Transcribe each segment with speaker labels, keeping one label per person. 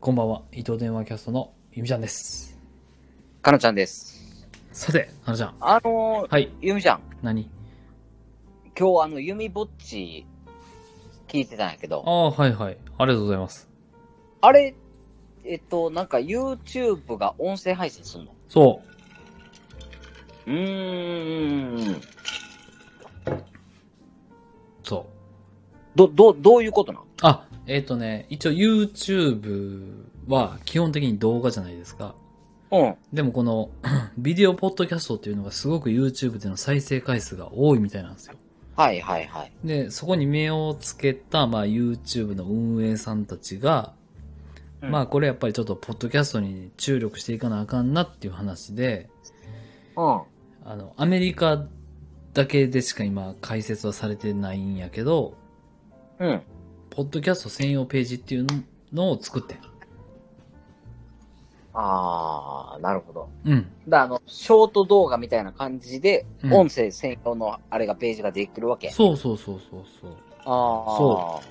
Speaker 1: こんばんは、伊藤電話キャストのゆみちゃんです。
Speaker 2: かのちゃんです。
Speaker 1: さて、あのちゃん。
Speaker 2: あのー、
Speaker 1: はい、
Speaker 2: ゆみちゃん、
Speaker 1: 何
Speaker 2: 今日あの、ゆみぼっち、聞いてたんやけ
Speaker 1: あ
Speaker 2: ど、
Speaker 1: あ、はいはい。ありがとうございます。
Speaker 2: あれ、えっと、なんか YouTube が音声配信するの
Speaker 1: そう。
Speaker 2: うーん。
Speaker 1: そう。
Speaker 2: ど、ど、どういうことなの
Speaker 1: あ、えっ、とね、一応 YouTube は基本的に動画じゃないですか。
Speaker 2: うん。
Speaker 1: でもこの ビデオポッドキャストっていうのがすごく YouTube での再生回数が多いみたいなんですよ。
Speaker 2: はいはいはい。
Speaker 1: で、そこに目をつけた、まあ YouTube の運営さんたちが、
Speaker 2: うん
Speaker 1: まあこれやっぱりちょっとポッドキャストに注力していかなあかんなっていう話で、
Speaker 2: うん。
Speaker 1: あの、アメリカだけでしか今解説はされてないんやけど、
Speaker 2: うん。
Speaker 1: ポッドキャスト専用ページっていうのを作ってん
Speaker 2: あー、なるほど。
Speaker 1: うん。
Speaker 2: だあの、ショート動画みたいな感じで、
Speaker 1: うん
Speaker 2: 音声専用のあれがページができるわけ。
Speaker 1: そうそうそうそうそう。
Speaker 2: ああ。そ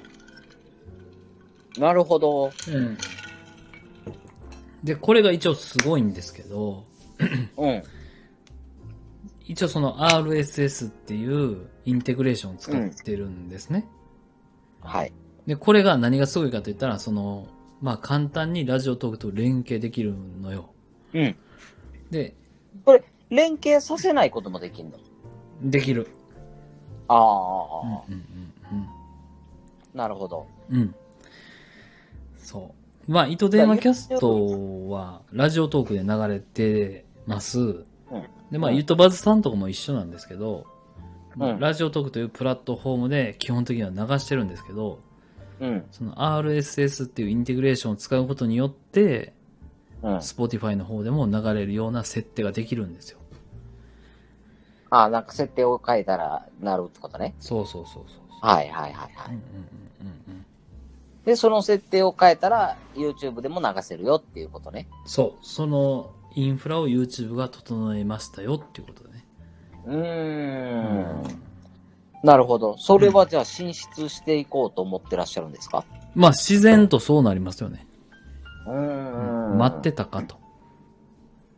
Speaker 2: う。なるほど。
Speaker 1: うん。で、これが一応すごいんですけど、
Speaker 2: うん。
Speaker 1: 一応その RSS っていうインテグレーションを使ってるんですね。
Speaker 2: はい。
Speaker 1: で、これが何がすごいかと言ったら、その、まあ簡単にラジオトークと連携できるのよ。
Speaker 2: うん。
Speaker 1: で、
Speaker 2: 連携させないこともできるの。
Speaker 1: できる。
Speaker 2: あ
Speaker 1: うんうん
Speaker 2: あ、
Speaker 1: うん
Speaker 2: なるほど。
Speaker 1: うん。うん。そう。まあ、糸電話キャストはラジオトークで流れてます。で、まあ、
Speaker 2: うん
Speaker 1: ゆとばずさんとかも一緒なんですけど、まあ
Speaker 2: うん
Speaker 1: ラジオトークというプラットフォームで基本的には流してるんですけど、
Speaker 2: うん。
Speaker 1: その RSS っていうインテグレーションを使うことによって、
Speaker 2: うん。
Speaker 1: Spotify の方でも流れるような設定ができるんですよ。
Speaker 2: ああ、なんか設定を変えたらなるってことね。
Speaker 1: そうそうそうそう。
Speaker 2: はいはいはいは
Speaker 1: うんうんうんうん
Speaker 2: い。
Speaker 1: うん。
Speaker 2: で、その設定を変えたら YouTube でも流せるよっていうことね。
Speaker 1: そう。そのインフラを YouTube が整えましたよっていうことでね。
Speaker 2: うーん
Speaker 1: う。ん
Speaker 2: なるほど。それはじゃあ進出していこうと思ってらっしゃるんですか
Speaker 1: まあ自然とそうなりますよね。
Speaker 2: うーん。
Speaker 1: 待って。たかと。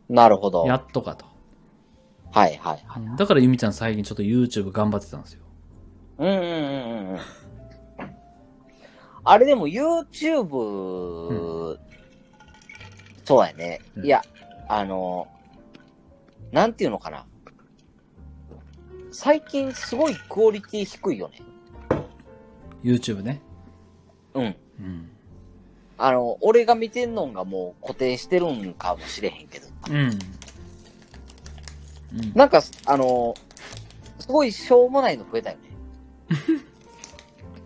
Speaker 2: なるほど。
Speaker 1: や
Speaker 2: はい
Speaker 1: っとかと。
Speaker 2: はいはい。
Speaker 1: だからゆみちゃん最近ちょっと YouTube 頑張ってたんですよ。
Speaker 2: うんうんうんうんうん。あれでも YouTube、そうやね。
Speaker 1: うん
Speaker 2: いや、あの、なんていうのかな。最近すごいクオリティ低いよね。
Speaker 1: YouTube ね。
Speaker 2: うん。
Speaker 1: うん。
Speaker 2: あの、俺が見てんのんがもう固定してるんかもしれへんけど。
Speaker 1: うん。うん、
Speaker 2: なんか、あの、すごいしょうもないの増えたよね。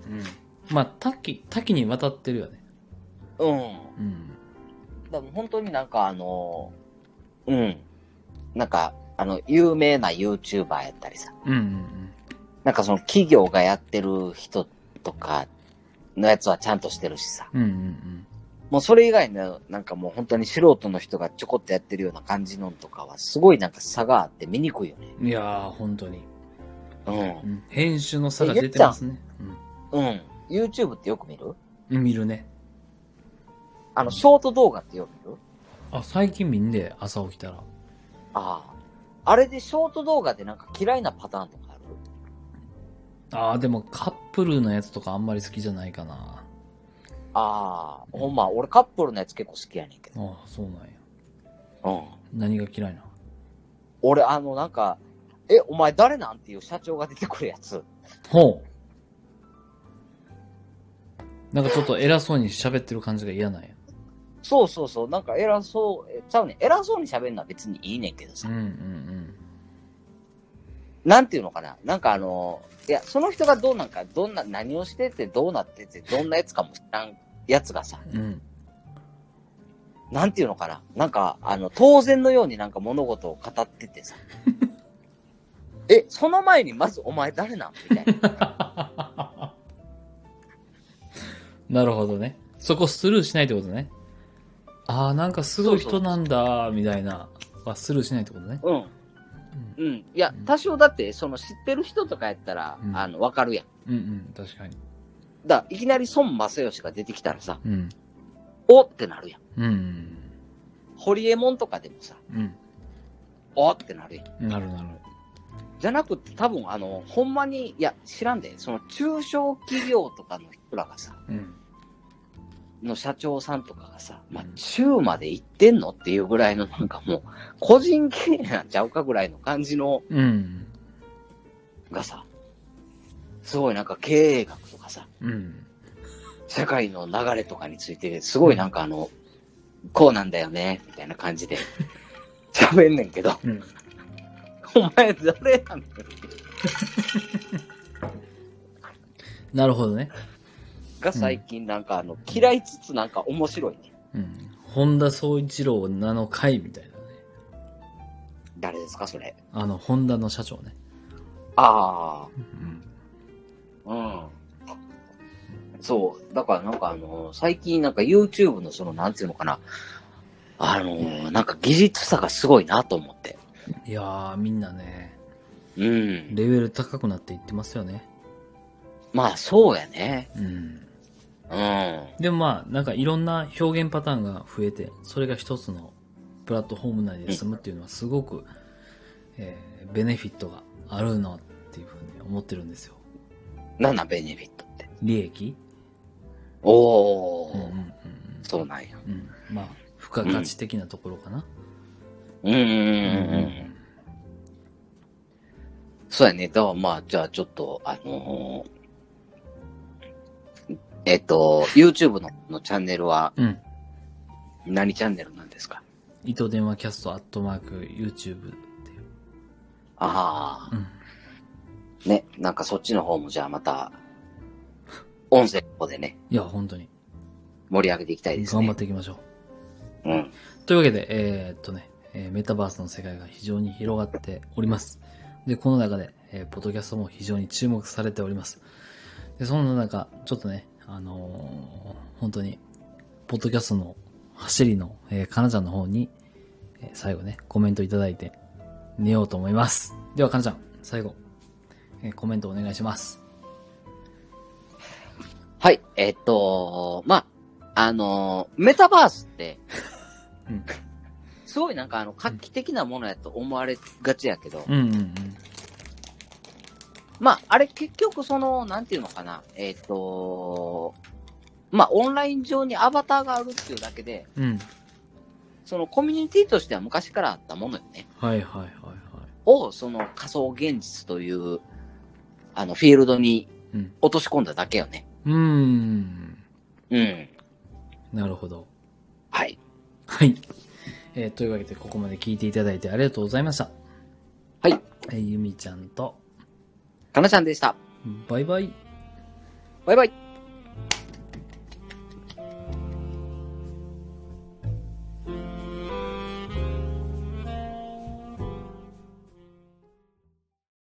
Speaker 1: うんまあ多岐、多岐にわたってるよね。
Speaker 2: うん。
Speaker 1: うん。
Speaker 2: だから本当になんかあのーうん。なんか、あの、有名な YouTuber やったりさ、
Speaker 1: うんうん
Speaker 2: なんかその企業がやってる人とかのやつはちゃんとしてるしさ、
Speaker 1: うん。うんうん
Speaker 2: もうそれ以外の、なんかもう本当に素人の人がちょこっとやってるような感じのんとかは、すごいなんか差があって見にくいよね。
Speaker 1: うん。いやー、本当に。う。
Speaker 2: うん
Speaker 1: 編集の差が出てますね。
Speaker 2: ん。うん。YouTube ってよく見る
Speaker 1: うん。見るね。
Speaker 2: あの、ショート動画ってよく見る
Speaker 1: あ、最近見んで、朝起きたら。
Speaker 2: ああ。あれでショート動画でなんか嫌いなパターンとかある
Speaker 1: あー、でもカップルのやつとかあんまり好きじゃないかな。
Speaker 2: ああ、ほんま、俺カップルのやつ結構好きやねんけど。
Speaker 1: ああ、そうなんや。
Speaker 2: うん。
Speaker 1: 何が嫌いな
Speaker 2: 俺、あの、なんか、え、お前誰なんっていう社長が出てくるやつ。
Speaker 1: ほう。なんかちょっと偉そうに喋ってる感じが嫌なんや。
Speaker 2: そうそうそう、なんか偉そう、えちゃうねん、偉そうに喋るのは別にいいねんけど
Speaker 1: う
Speaker 2: さ
Speaker 1: ん。うん
Speaker 2: なんていうのかななんかあの、いや、その人がどうなんか、どんな、何をしてて、どうなってて、どんなやつかも知らんやつがさ、
Speaker 1: うん。うん。
Speaker 2: なんていうのかななんか、あの、当然のようになんか物事を語って てさ。え、その前にまずお前誰なんみたいな。
Speaker 1: なるほどね。そこスルーしないってことね。ああ、なんかすごい人なんだ、みたいな。はスルーしないってことね。
Speaker 2: うん。
Speaker 1: うん
Speaker 2: うん。いや
Speaker 1: うん、
Speaker 2: 多少だって、その知ってる人とかやったら、
Speaker 1: うん
Speaker 2: あの、わかるやん。
Speaker 1: うんうん、確かに。
Speaker 2: だからいきなり孫正義が出てきたらさ、
Speaker 1: うん。
Speaker 2: おってなるやん。
Speaker 1: うん。
Speaker 2: ホリエモンとかでもさ、
Speaker 1: うん。
Speaker 2: おってなるやん。
Speaker 1: なるなる。
Speaker 2: じゃなくて多分あの、ほんまに、いや、知らんで、その中小企業とかの人らがさ、
Speaker 1: うん。
Speaker 2: の社長さんとかがさ、まあ、中まで行ってんのっていうぐらいのなんかもう、個人経営なんちゃうかぐらいの感じの
Speaker 1: うん。
Speaker 2: がさ、すごいなんか経営学とかさ、
Speaker 1: うん。
Speaker 2: 社会の流れとかについて、すごいなんかあの、こうなんだよね、みたいな感じで喋んねんけど、
Speaker 1: うん。
Speaker 2: お前誰なんだよ。
Speaker 1: なるほどね。
Speaker 2: が最近なんかあの、嫌いつつなんか面白いね。
Speaker 1: うん。本田総一郎なの会みたいなね。
Speaker 2: 誰ですか、それ。
Speaker 1: あの、本田の社長ね。
Speaker 2: あ
Speaker 1: うん。
Speaker 2: あ、うん。そう。だからなんかあの、最近なんか YouTube のその、なんていうのかな。あの、なんか技術さがすごいなと思って。
Speaker 1: いやー、みんなね、
Speaker 2: うん。
Speaker 1: レベル高くなっていってますよね。
Speaker 2: まあそうやね。
Speaker 1: うん。
Speaker 2: うん。
Speaker 1: でもまあ、なんかいろんな表現パターンが増えて、それが一つのプラットフォーム内で済むっていうのはすごく、えー、ベネフィットがあるなっていうふうに思ってるんですよ。
Speaker 2: なんなんベネフィットって。
Speaker 1: 利益
Speaker 2: お
Speaker 1: うん
Speaker 2: ー、
Speaker 1: うんうん
Speaker 2: そうなんや。
Speaker 1: うん。うん。まあ、付加価値的なところかな。
Speaker 2: うんうんうん
Speaker 1: う
Speaker 2: うん。。そうやね。だからまあ、じゃあちょっと、あのーえっと、YouTube ののチャンネルは
Speaker 1: うん。
Speaker 2: 何チャンネルなんですか
Speaker 1: 糸電話キャストアットマーク YouTube っていう。
Speaker 2: あ
Speaker 1: うん。
Speaker 2: あ、ね。なんかそっちの方もじゃあまた、音声の方でね、
Speaker 1: いや、本当に。
Speaker 2: 盛り上げていきたいです
Speaker 1: 頑
Speaker 2: ね。
Speaker 1: 張っていきましょう。
Speaker 2: うん。
Speaker 1: というわけで、えーっとね、えーメタバースの世界が非常に広がっております。で、この中で、えーポッドキャストも非常に注目されております。で、そんな中、ちょっとね、あのー本当に、ポッドキャストの走りの、えーかなちゃんの方に、えー最後ね、コメントいただいて、寝ようと思います。では、かなちゃん、最後、えーコメントお願いします。
Speaker 2: はい。えっと、まあ、あのーメタバースって、
Speaker 1: うん
Speaker 2: すごいなんかあの、画期的なものやと思われがちやけど、
Speaker 1: うんうんうん。
Speaker 2: まあ、あれ結局その、なんていうのかな、えっ、と、まあ、オンライン上にアバターがあるっていうだけで、
Speaker 1: うん。
Speaker 2: そのコミュニティとしては昔からあったものよね。
Speaker 1: はいはいはいはい。
Speaker 2: を、その仮想現実という、あの、フィールドに
Speaker 1: うん
Speaker 2: 落とし込んだだけよね。
Speaker 1: うーん。
Speaker 2: うん。
Speaker 1: なるほど。
Speaker 2: はい。
Speaker 1: はい。えーというわけで、ここまで聞いていただいてありがとうございました。
Speaker 2: はい。
Speaker 1: えーゆみちゃんと、
Speaker 2: かなちゃんでした。
Speaker 1: バイバイ。
Speaker 2: バイバイ。